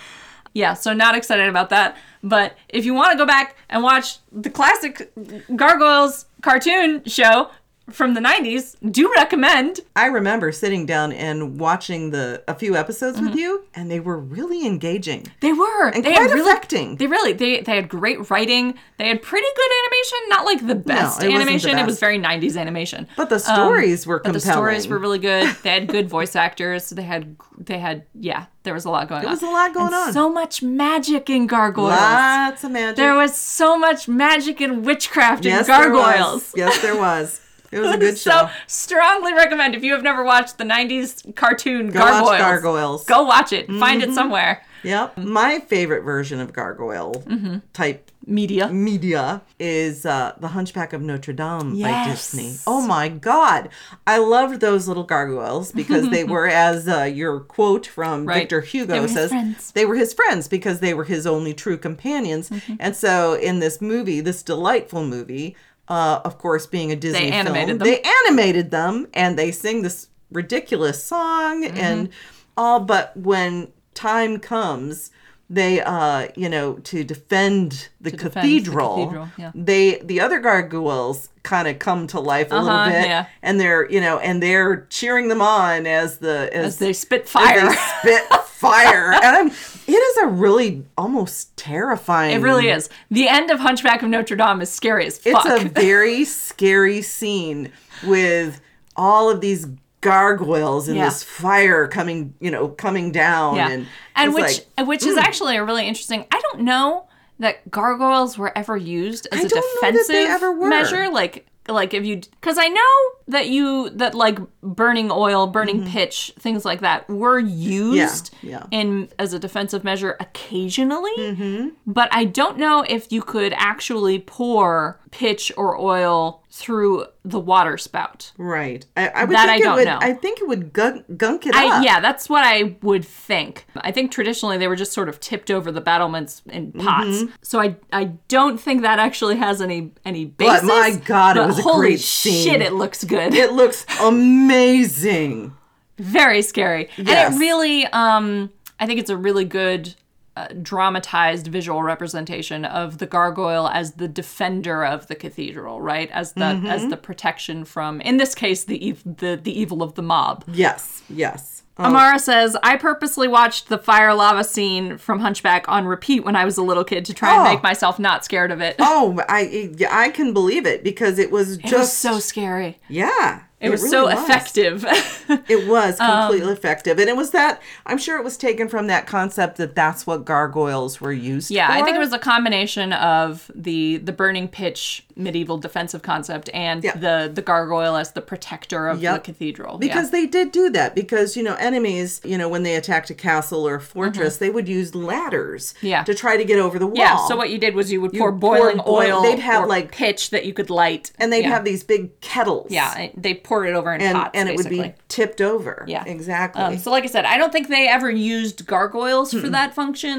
S1: Yeah, so not excited about that. But if you want to go back and watch the classic Gargoyles cartoon show from the 90s, do recommend.
S2: I remember sitting down and watching the a few episodes with you, and they were really engaging.
S1: They were. And Mm-hmm. they
S2: quite
S1: really,
S2: affecting.
S1: They really they they had great writing. They had pretty good animation, not like the best
S2: it wasn't the
S1: animation. It was
S2: best.
S1: very 90s animation.
S2: But the stories were
S1: Um, But
S2: compelling.
S1: the stories were really good. They had
S2: (laughs)
S1: good voice actors. They had they had yeah. There was a lot going on. There
S2: was a lot going on.
S1: So much magic in gargoyles.
S2: lots of magic.
S1: There was so much magic and witchcraft in
S2: yes, there was.
S1: gargoyles.
S2: yes,
S1: (laughs)
S2: there was. It was a good show.
S1: So strongly recommend if you have never watched the '90s cartoon
S2: Go watch
S1: gargoyles,
S2: gargoyles. Mm-hmm.
S1: Go watch it. Find it somewhere.
S2: Yep. My favorite version of gargoyle
S1: Mm-hmm.
S2: type
S1: Media.
S2: media is uh, The Hunchback of Notre Dame by
S1: Yes.
S2: Disney. Oh my God. I loved those little gargoyles because
S1: (laughs)
S2: they were, as uh, your quote from
S1: Right.
S2: Victor Hugo
S1: They were his
S2: says,
S1: friends.
S2: they were his friends because they were his only true companions.
S1: Mm-hmm.
S2: And so in this movie, this delightful movie, uh, of course, being a Disney film,
S1: animated them.
S2: they animated them and they sing this ridiculous song
S1: Mm-hmm.
S2: and all. But when time comes, they, uh, you know, to defend the
S1: defend the
S2: cathedral,
S1: cathedral, yeah.
S2: they the other gargoyles kind of come to life a
S1: Uh-huh,
S2: little bit,
S1: yeah.
S2: and they're you know, and they're cheering them on as the as,
S1: As they spit fire.
S2: they (laughs) spit fire, and I'm, it is a really almost terrifying.
S1: It (laughs) really is. The end of Hunchback of Notre Dame is scary as
S2: It's
S1: fuck. (laughs)
S2: a very scary scene with all of these gargoyles and
S1: Yeah.
S2: this fire coming, you know, coming down,
S1: yeah.
S2: and
S1: and
S2: it's
S1: which
S2: like,
S1: which is actually a really interesting. I don't know that gargoyles were ever used as
S2: I
S1: a
S2: don't know that
S1: defensive
S2: they ever were.
S1: measure like like if you cuz I know that you that like burning oil, burning pitch, things like that were used
S2: Mm-hmm. yeah.
S1: in as a defensive measure occasionally.
S2: Mm-hmm.
S1: But I don't know if you could actually pour pitch or oil through the water spout.
S2: right. I, I would
S1: That
S2: think
S1: I don't
S2: it would,
S1: know.
S2: I think it would gunk, gunk it
S1: I,
S2: up.
S1: yeah, that's what I would think. I think traditionally they were just sort of tipped over the battlements in pots.
S2: Mm-hmm.
S1: So I I don't think that actually has any any basis.
S2: But my God, it
S1: but
S2: was a
S1: holy
S2: great scene.
S1: shit, it looks good.
S2: It looks amazing.
S1: (laughs) Very scary, and
S2: Yes.
S1: it really um I think it's a really good. Uh, dramatized visual representation of the gargoyle as the defender of the cathedral, right? As the
S2: Mm-hmm.
S1: as the protection from, in this case, the ev- the the evil of the mob.
S2: Yes, yes. Um,
S1: Amara says, I purposely watched the fire lava scene from Hunchback on repeat when I was a little kid to try and
S2: Oh.
S1: make myself not scared of it.
S2: oh, I I can believe it because it was just
S1: it was so scary.
S2: yeah.
S1: It, was
S2: really
S1: so
S2: was.
S1: effective. (laughs) Um,
S2: It was completely effective. And it was that, I'm sure it was taken from that concept that that's what gargoyles were used
S1: yeah,
S2: for.
S1: I think it was a combination of the the burning pitch medieval defensive concept and
S2: Yeah.
S1: the the gargoyle as the protector of
S2: Yep.
S1: the cathedral. Yeah.
S2: Because they did do that because, you know, enemies, you know, when they attacked a castle or a fortress, they would use ladders
S1: Mm-hmm. Yeah.
S2: to try to get over the wall.
S1: Yeah, so what you did was you would pour
S2: poured
S1: boiling
S2: boil-
S1: oil.
S2: they'd have,
S1: or
S2: like-
S1: pitch that you could light,
S2: and they'd
S1: yeah.
S2: have these big kettles.
S1: yeah, and they pour it over in
S2: And,
S1: pots,
S2: and it
S1: basically.
S2: would be tipped over.
S1: Yeah.
S2: Exactly.
S1: Um, so, like I said, I don't think they ever used gargoyles for that function,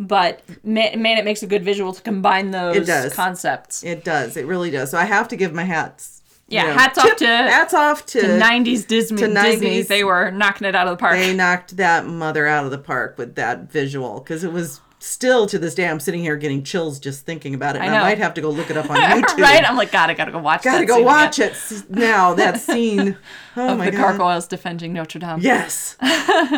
S1: but man, man, it makes a good visual to combine those
S2: does.
S1: concepts.
S2: it does. It really does. So I have to give my hats. you
S1: Yeah, hats off to-
S2: hats off to,
S1: Nineties Disney,
S2: to
S1: Disney,
S2: 90s.
S1: they were knocking it out of the (laughs) park.
S2: they knocked that mother out of the park with that visual because it was still to this day I'm sitting here getting chills just thinking about it. And I,
S1: know.
S2: might have to go look it up on YouTube.
S1: (laughs) right? I'm like, God, I gotta go watch.
S2: Gotta
S1: that
S2: go
S1: scene again
S2: watch it s- now. That scene.
S1: (laughs)
S2: Oh
S1: Of
S2: my
S1: the
S2: god.
S1: gargoyles defending Notre Dame. (laughs)
S2: Yes.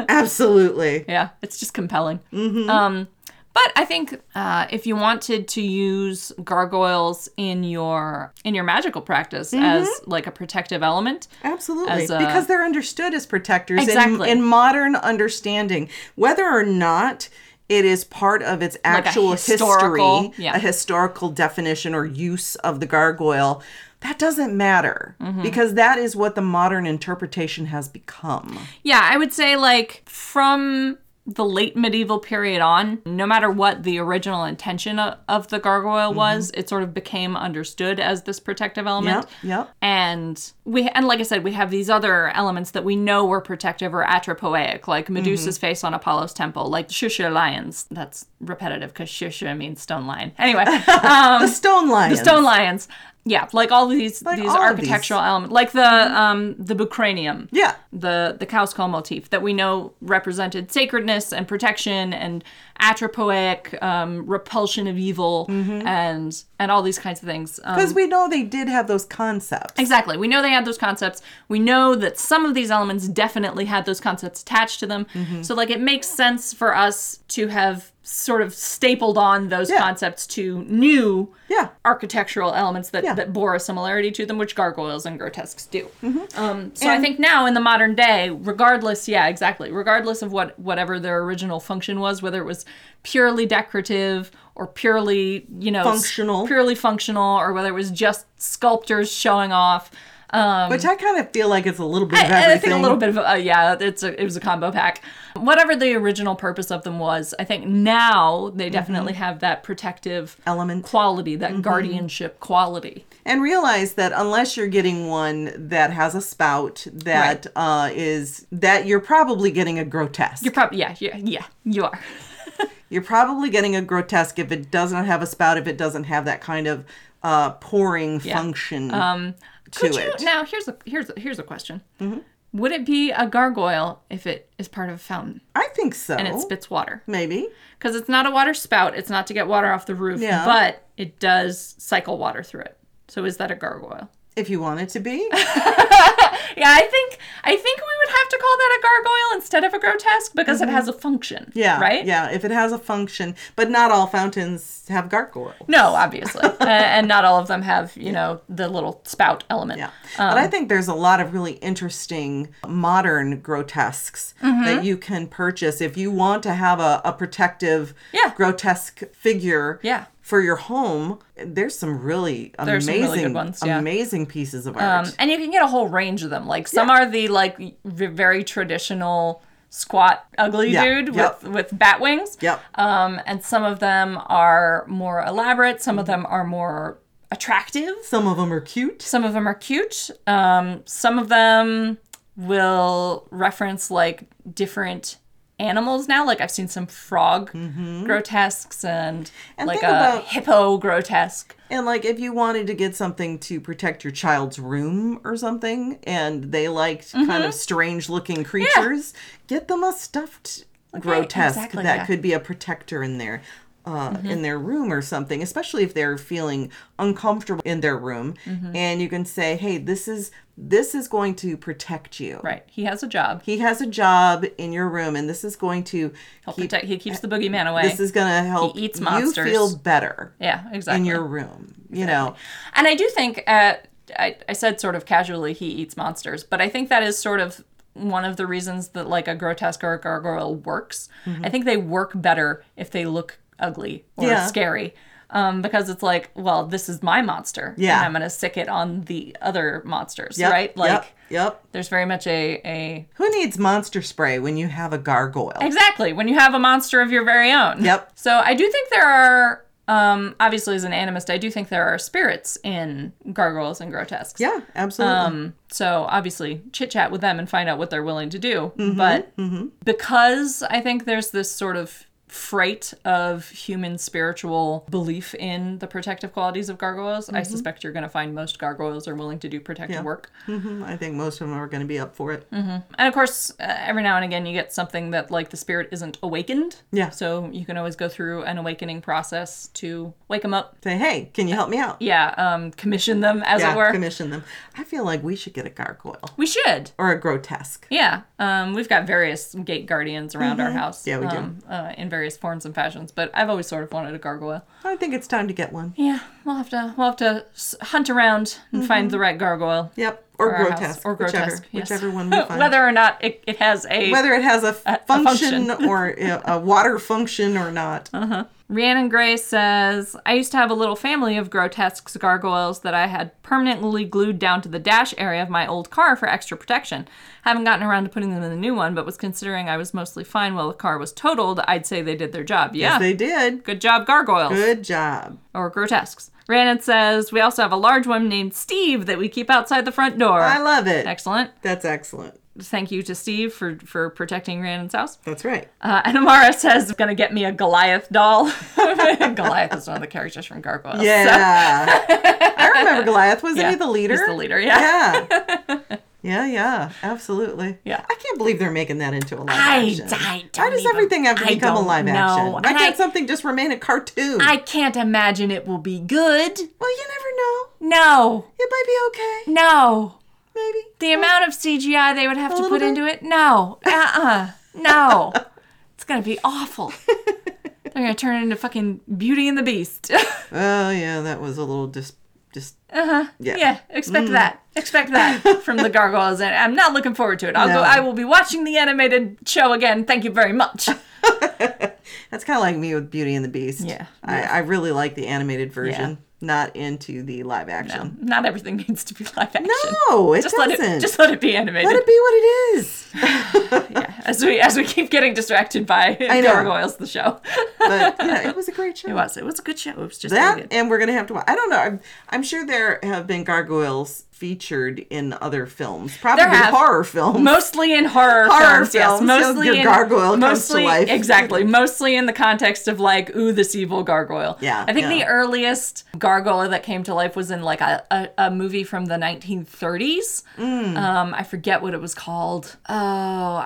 S2: Absolutely.
S1: Yeah, it's just compelling.
S2: Mm-hmm.
S1: Um, but I think uh, if you wanted to use gargoyles in your in your magical practice
S2: Mm-hmm.
S1: as like a protective element,
S2: Absolutely.
S1: As a-
S2: because they're understood as protectors in-
S1: Exactly.
S2: in, modern understanding. Whether or not it is part of its
S1: a
S2: actual
S1: historical-
S2: history,
S1: yeah.
S2: a historical definition or use of the gargoyle, that doesn't matter
S1: Mm-hmm.
S2: because that is what the modern interpretation has become.
S1: yeah, I would say like from the late medieval period on, no matter what the original intention of, of the gargoyle
S2: Mm-hmm.
S1: was, it sort of became understood as this protective element.
S2: Yep, yep.
S1: and we and like i said we have these other elements that we know were protective or atropoetic like
S2: Mm-hmm.
S1: medusa's face on apollo's temple like shusha lions that's repetitive because shusha means stone lion
S2: (laughs)
S1: anyway
S2: the stone lion.
S1: stone lions yeah like all these these
S2: all of Mm-hmm.
S1: architectural elements like the um the bucranium
S2: Yeah.
S1: the the cow's call motif that we know represented sacredness and protection and atropoetic um, repulsion of evil
S2: Mm-hmm.
S1: and and all these kinds of things um,
S2: Because we know they did have those concepts.
S1: Exactly. We know they had those concepts. We know that some of these elements definitely had those concepts attached to them.
S2: Mm-hmm.
S1: So, like, it makes sense for us to have sort of stapled on those
S2: Yeah.
S1: concepts to new
S2: Yeah.
S1: architectural elements that,
S2: Yeah.
S1: that bore a similarity to them, which gargoyles and grotesques do.
S2: Mm-hmm.
S1: Um, so, I think now in the modern day, regardless, yeah, exactly, regardless of what whatever their original function was, whether it was purely decorative or purely, you know, s-
S2: Functional.
S1: purely functional or whether it was just sculptors showing off. Um,
S2: Which I kind of feel like it's a little bit of
S1: and I
S2: everything.
S1: think a little bit of uh, yeah, it's a, it was a combo pack. Whatever the original purpose of them was, I think now they definitely have that protective
S2: Mm-hmm. Element.
S1: quality,
S2: Mm-hmm.
S1: that guardianship quality.
S2: And realize that unless you're getting one that has a spout that uh, is that you're probably getting a grotesque.
S1: You're probably yeah, yeah, yeah, you are.
S2: You're probably getting a grotesque if it doesn't have a spout, if it doesn't have that kind of uh, pouring function
S1: Um,
S2: to
S1: Could you-
S2: it. Mm-hmm.
S1: now here's a here's a, here's a question. Would it be a gargoyle if it is part of a fountain
S2: I think so.
S1: and it spits water?
S2: Maybe.
S1: because it's not a water spout. It's not to get water off the roof,
S2: Yeah.
S1: but it does cycle water through it. So is that a gargoyle?
S2: If you want it to
S1: (laughs)
S2: be.
S1: Yeah, I think I think we would have to call that a gargoyle instead of a grotesque because it has a function.
S2: Mm-hmm. Yeah.
S1: right.
S2: Yeah. If it has a function. But not all fountains have gargoyle.
S1: No,
S2: (laughs)
S1: obviously, uh, and not all of them have you know the little spout element.
S2: Yeah. but
S1: Um.
S2: I think there's a lot of really interesting modern grotesques
S1: Mm-hmm.
S2: that you can purchase if you want to have a, a protective
S1: Yeah.
S2: grotesque figure
S1: Yeah.
S2: for your home. There's some really
S1: There's some
S2: amazing
S1: really good ones, yeah.
S2: amazing pieces of art.
S1: Um, and you can get a whole range of them. Like some are the like v- very traditional squat ugly
S2: Yeah,
S1: dude
S2: yep.
S1: with with bat wings.
S2: Yep.
S1: Um, and some of them are more elaborate. Some of
S2: Mm-hmm.
S1: them are more attractive.
S2: some of them are cute.
S1: Some of them are cute. Um, some of them will reference like different animals now like i've seen some frog grotesques and, like a
S2: Mm-hmm. think about-
S1: hippo grotesque
S2: And like if you wanted to get something to protect your child's room or something and they liked kind
S1: Mm-hmm.
S2: of strange looking creatures, get them a stuffed grotesque
S1: exactly,
S2: that
S1: yeah. Mm-hmm.
S2: could be a protector in their uh, in their room or something, especially if they're feeling uncomfortable in their room
S1: Mm-hmm.
S2: and you can say, "Hey, this is this is going to protect you."
S1: right he has a job
S2: He has a job in your room and this is going to
S1: He'll
S2: keep,
S1: protect, he keeps the boogeyman away
S2: this is going to help
S1: eats
S2: you feel
S1: monsters.
S2: better
S1: yeah exactly
S2: in your room, you know.
S1: And I do think at I, I said sort of casually he eats monsters, but I think that is sort of one of the reasons that like a grotesque or a gargoyle works.
S2: Mm-hmm.
S1: I think they work better if they look ugly or
S2: Yeah.
S1: scary. Um, because it's like, well, this is my monster. and
S2: Yeah.
S1: I'm gonna sick it on the other monsters,
S2: Yep,
S1: right? Like
S2: yep, yep.
S1: there's very much a a
S2: Who needs monster spray when you have a gargoyle?
S1: Exactly, when you have a monster of your very own.
S2: Yep.
S1: So I do think there are um obviously as an animist, I do think there are spirits in gargoyles and grotesques.
S2: yeah, absolutely.
S1: Um, so obviously, chit chat with them and find out what they're willing to do.
S2: Mm-hmm,
S1: but because I think there's this sort of freight of human spiritual belief in the protective qualities of gargoyles,
S2: Mm-hmm.
S1: I suspect you're going to find most gargoyles are willing to do protective work.
S2: Mhm, I think most of them are going to be up for it.
S1: And of course, uh, every now and again, you get something that like the spirit isn't awakened.
S2: Yeah.
S1: So you can always go through an awakening process to wake them up.
S2: Say, hey, can you help me
S1: (laughs)
S2: out?
S1: Yeah. Um, commission them as
S2: Yeah,
S1: it were.
S2: commission them. I feel like we should get a gargoyle
S1: we should.
S2: or a grotesque.
S1: Yeah, um, we've got various gate guardians around our house.
S2: Mm-hmm. Yeah, we do.
S1: um, Uh, in various forms and fashions, but I've always sort of wanted a gargoyle.
S2: I think it's time to
S1: (laughs)
S2: get one.
S1: Yeah, we'll have to we'll have to s- hunt around and find the right gargoyle.
S2: Yep, Mm-hmm. or
S1: for our house.
S2: grotesque,
S1: or
S2: whichever,
S1: grotesque, yes.
S2: whichever
S1: (laughs)
S2: one we find.
S1: Whether or not it, it has a
S2: Whether it has a, function,
S1: function.
S2: (laughs) or a, a water function or
S1: (laughs)
S2: not.
S1: Rhiannon Gray says, I used to have a little family of grotesque gargoyles that I had permanently glued down to the dash area of my old car for extra protection. Haven't gotten around to putting them in the new one, but was considering I was mostly fine while the car was totaled, I'd say they did their job. Yeah.
S2: They did.
S1: Good job, gargoyles.
S2: Good job.
S1: Or grotesques. Rhiannon says, We also have a large one named Steve that we keep outside the front door.
S2: I love it.
S1: Excellent.
S2: That's excellent.
S1: Thank you to Steve for, for protecting Rhiannon's house.
S2: That's right.
S1: Uh, and Amara (laughs) says, gonna get me a Goliath doll. (laughs) Goliath is one of the characters from Gargoyles.
S2: Yeah. I remember Goliath. Wasn't
S1: Yeah,
S2: he the leader?
S1: He's the leader, yeah.
S2: Yeah. yeah, yeah. Absolutely.
S1: Yeah.
S2: I can't believe they're making that into a live
S1: I,
S2: action.
S1: I don't
S2: Why does
S1: even-
S2: everything have to
S1: I
S2: become a
S1: don't
S2: live action?
S1: know.
S2: Why
S1: And
S2: can't
S1: I,
S2: something just remain a cartoon?
S1: I can't imagine it will be good.
S2: well, you never know.
S1: No,
S2: It might be okay.
S1: no.
S2: Maybe.
S1: The amount of CGI they would have to
S2: little
S1: put
S2: bit.
S1: into it, no. Uh-uh.
S2: (laughs)
S1: No. it's gonna be awful. They're gonna turn it into fucking Beauty and the Beast. (laughs)
S2: Oh, yeah. That was a little just. Just yeah. Mm.
S1: yeah, expect that. Expect
S2: (laughs)
S1: that from the gargoyles, and I'm not looking forward to it. I'll
S2: No.
S1: go. I will be watching the animated show again. Thank you very much.
S2: That's kind of like me with Beauty and the Beast.
S1: Yeah.
S2: I, I really like the animated version,
S1: Yeah.
S2: not into the live action.
S1: Not everything needs to be (laughs) live action.
S2: Um, No, it
S1: just let
S2: doesn't.
S1: it just let it be animated.
S2: Let it be what it is.
S1: yeah, as we as we keep getting distracted by
S2: know.
S1: gargoyles, the
S2: (laughs)
S1: show.
S2: But yeah, it was a great
S1: (laughs)
S2: show.
S1: it was it was a good show. It was just really
S2: that
S1: good.
S2: and we're gonna have to watch. I don't know. I'm, I'm sure there have been gargoyles featured in other films, probably
S1: have.
S2: horror films.
S1: Mostly in horror,
S2: Horror
S1: films, yes.
S2: films, so
S1: Mostly
S2: your
S1: in
S2: gargoyle comes to
S1: mostly,
S2: life. Mm-hmm.
S1: Exactly. Mostly in the context of like, ooh, this evil gargoyle.
S2: Yeah,
S1: I think
S2: yeah.
S1: the earliest gargoyle that came to life was in like a, a, a movie from the 1930s.
S2: Mm.
S1: Um, I forget what it was called. Oh,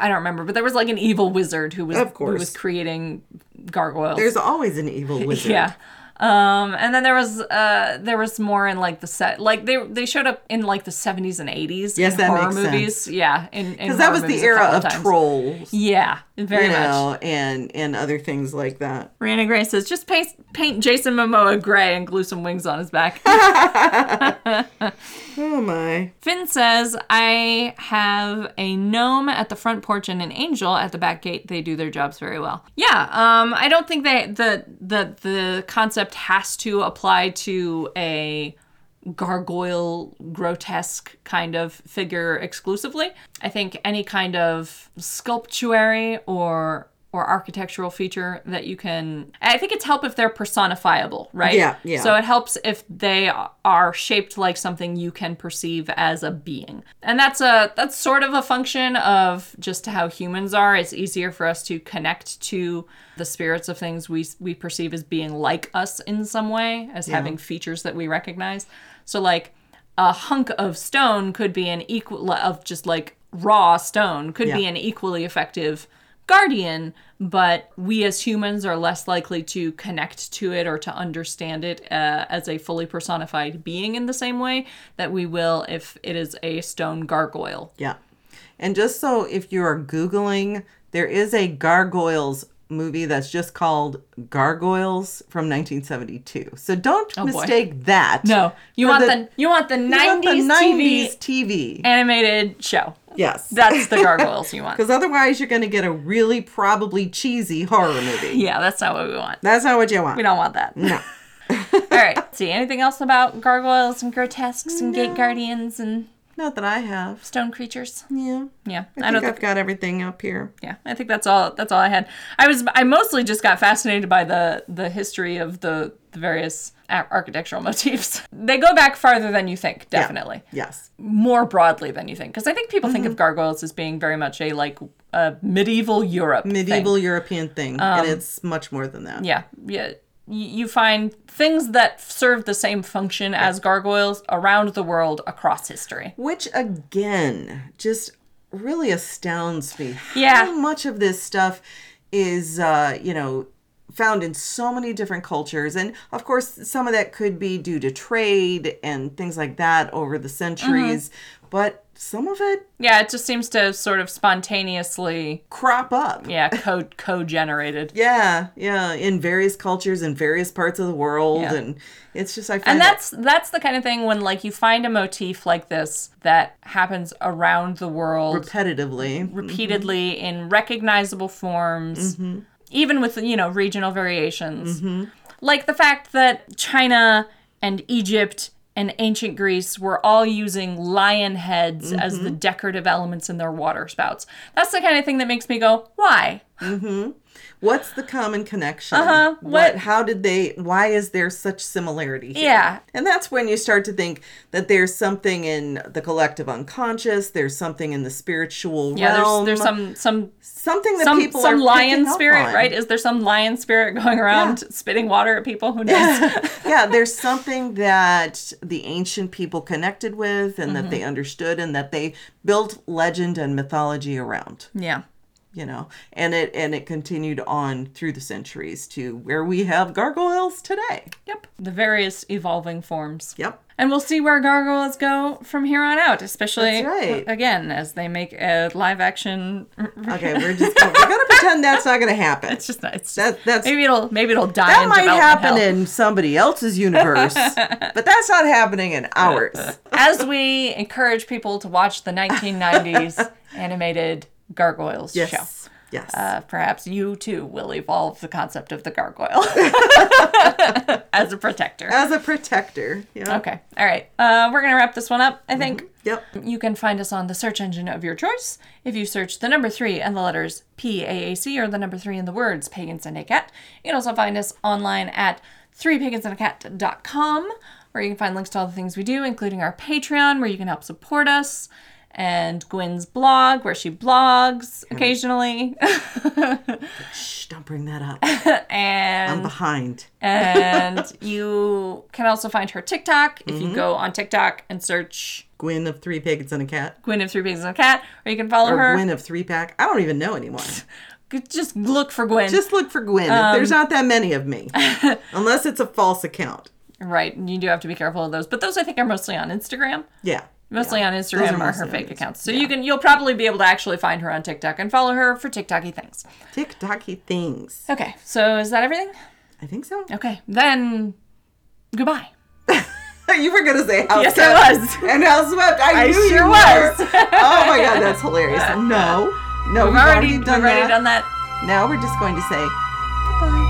S1: I don't remember. But there was like an evil wizard who was
S2: Of
S1: who
S2: course.
S1: was creating gargoyles.
S2: There's always an evil wizard.
S1: (laughs) Yeah. Um, and then there was uh, there was more in like the set like they they showed up in like the 70s and 80s
S2: Yes,
S1: in
S2: that
S1: horror
S2: makes
S1: movies yeah in
S2: because that was the era of trolls,
S1: yeah very
S2: you
S1: much
S2: know, and and other things like that.
S1: Rana Gray says just paint paint Jason Momoa gray and glue some wings on his back (laughs)
S2: Oh my!
S1: Finn says I have a gnome at the front porch and an angel at the back gate they do their jobs very well yeah um I don't think they the the the concept has to apply to a gargoyle grotesque kind of figure exclusively i think any kind of sculptuary or or architectural feature that you can i think it's help if they're personifiable right
S2: Yeah, yeah.
S1: so it helps if they are shaped like something you can perceive as a being and that's a that's sort of a function of just how humans are it's easier for us to connect to the spirits of things we we perceive as being like us in some way as having features that we recognize so like a hunk of stone could be an equal of just like raw stone could be
S2: Yeah.
S1: an equally effective guardian but we as humans are less likely to connect to it or to understand it uh, as a fully personified being in the same way that we will if it is a stone gargoyle
S2: Yeah, and just so if you are googling, there is a gargoyles movie that's just called Gargoyles from 1972. So don't
S1: Oh, boy.
S2: mistake that.
S1: No, you
S2: for
S1: want the, you want the
S2: you want the
S1: nineties TV
S2: 90s TV.
S1: animated show.
S2: yes.
S1: That's
S2: (laughs)
S1: the gargoyles you want.
S2: Because otherwise, you're going to get a really probably cheesy horror movie.
S1: Yeah, that's not what we want.
S2: That's not what you want.
S1: We don't want that.
S2: No.
S1: (laughs) All right. See anything else about gargoyles and grotesques and gate guardians and
S2: Not that I have.
S1: stone creatures?
S2: Yeah.
S1: Yeah,
S2: I,
S1: I don't
S2: think
S1: think.
S2: I've got everything up here.
S1: Yeah, I think that's all. That's all I had. I was. I mostly just got fascinated by the the history of the, the various ar- architectural motifs. (laughs) They go back farther than you think. Definitely.
S2: Yes.
S1: more broadly than you think because i think people
S2: Mm-hmm.
S1: think of gargoyles as being very much a like a medieval europe thing.
S2: Medieval European thing. and it's much more than that.
S1: Um, yeah yeah Y- you find things that serve the same function as gargoyles around the world across history
S2: Which, again, just really astounds me.
S1: Yeah.
S2: How much of this stuff is, uh, you know, found in so many different cultures. And of course, some of that could be due to trade and things like that over the centuries.
S1: Mm-hmm.
S2: But some of it
S1: yeah it just seems to sort of spontaneously
S2: crop up.
S1: yeah (laughs) code co-generated
S2: Yeah, yeah, in various cultures in various parts of the world,
S1: Yeah.
S2: and it's just I find
S1: and
S2: that-
S1: that's that's the kind of thing when like you find a motif like this that happens around the world
S2: repetitively.
S1: repeatedly
S2: Mm-hmm.
S1: in recognizable forms, even with, you know, regional variations.
S2: Mm-hmm.
S1: Like the fact that China and Egypt and ancient Greece were all using lion heads as
S2: Mm-hmm.
S1: the decorative elements in their water spouts. That's the kind of thing that makes me go, why?
S2: What's the common connection?
S1: Uh-huh,
S2: What?
S1: what-
S2: How did they? Why is there such similarity? here?
S1: Yeah.
S2: and that's when you start to think that there's something in the collective unconscious. There's something in the spiritual
S1: Yeah,
S2: realm.
S1: there's, there's some some
S2: something that
S1: some,
S2: people are
S1: some lion
S2: picking up
S1: spirit,
S2: on.
S1: right? Is there some lion spirit going around spitting water at people? Who
S2: (laughs)
S1: knows?
S2: (laughs) yeah, there's something that the ancient people connected with, and
S1: Mm-hmm.
S2: that they understood, and that they built legend and mythology around.
S1: yeah.
S2: you know and it and it continued on through the centuries to where we have gargoyles today
S1: Yep. The various evolving forms.
S2: yep
S1: And we'll see where gargoyles go from here on out, especially
S2: That's right.
S1: again as they make a live action.
S2: (laughs)
S1: mm,
S2: okay we're just gonna, we're gonna pretend that's not gonna happen
S1: It's just it's just-
S2: that that's
S1: maybe it'll maybe it'll die.
S2: that
S1: in
S2: might
S1: development
S2: happen
S1: hell.
S2: in somebody else's
S1: (laughs)
S2: universe but that's not happening in
S1: Uh,
S2: ours
S1: as we encourage people to watch the
S2: (laughs)
S1: 1990s animated gargoyles show.
S2: yes yes
S1: Uh, perhaps you too will evolve the concept of the
S2: (laughs)
S1: gargoyle (laughs) as a protector.
S2: as a protector yeah
S1: Okay, all right. Uh, we're gonna wrap this one up. I think.
S2: yep
S1: You can find us on the search engine of your choice. If you search the number three and the letters PAAC or the number three and the words Pagans and a Cat, you can also find us online at 3pagansandacat.com, where you can find links to all the things we do, including our Patreon, where you can help support us, and Gwen's blog, where she blogs occasionally, (laughs)
S2: Shh, don't bring that up i'm Um.
S1: and
S2: behind
S1: and you can also find her TikTok if you go on TikTok and search
S2: gwen of three pagans and a cat
S1: Gwen of Three Pagans and a Cat, or you can follow
S2: or
S1: her.
S2: gwen of three pack i don't even
S1: (laughs)
S2: know anyone
S1: just look for Gwen.
S2: just look for gwen
S1: Um,
S2: there's not that many
S1: (laughs)
S2: of me unless it's a false account
S1: right. and You do have to be careful of those, but those I think are mostly on Instagram.
S2: yeah
S1: Mostly on
S2: Those are
S1: Instagram are, her
S2: mostly on
S1: fake
S2: Instagram.
S1: accounts. So you can you'll probably be able to actually find her on TikTok and follow her for TikToky things.
S2: TikToky things.
S1: Okay. So is that everything?
S2: I think so.
S1: Okay. Then goodbye.
S2: (laughs) You were gonna say house
S1: Yes,
S2: swept.
S1: I was.
S2: And house swept. I, knew
S1: sure
S2: you were.
S1: was.
S2: oh my god,
S1: (laughs)
S2: that's hilarious. No, no, we've,
S1: We've already, we've
S2: done
S1: already
S2: that.
S1: done that.
S2: Now we're just going to say goodbye.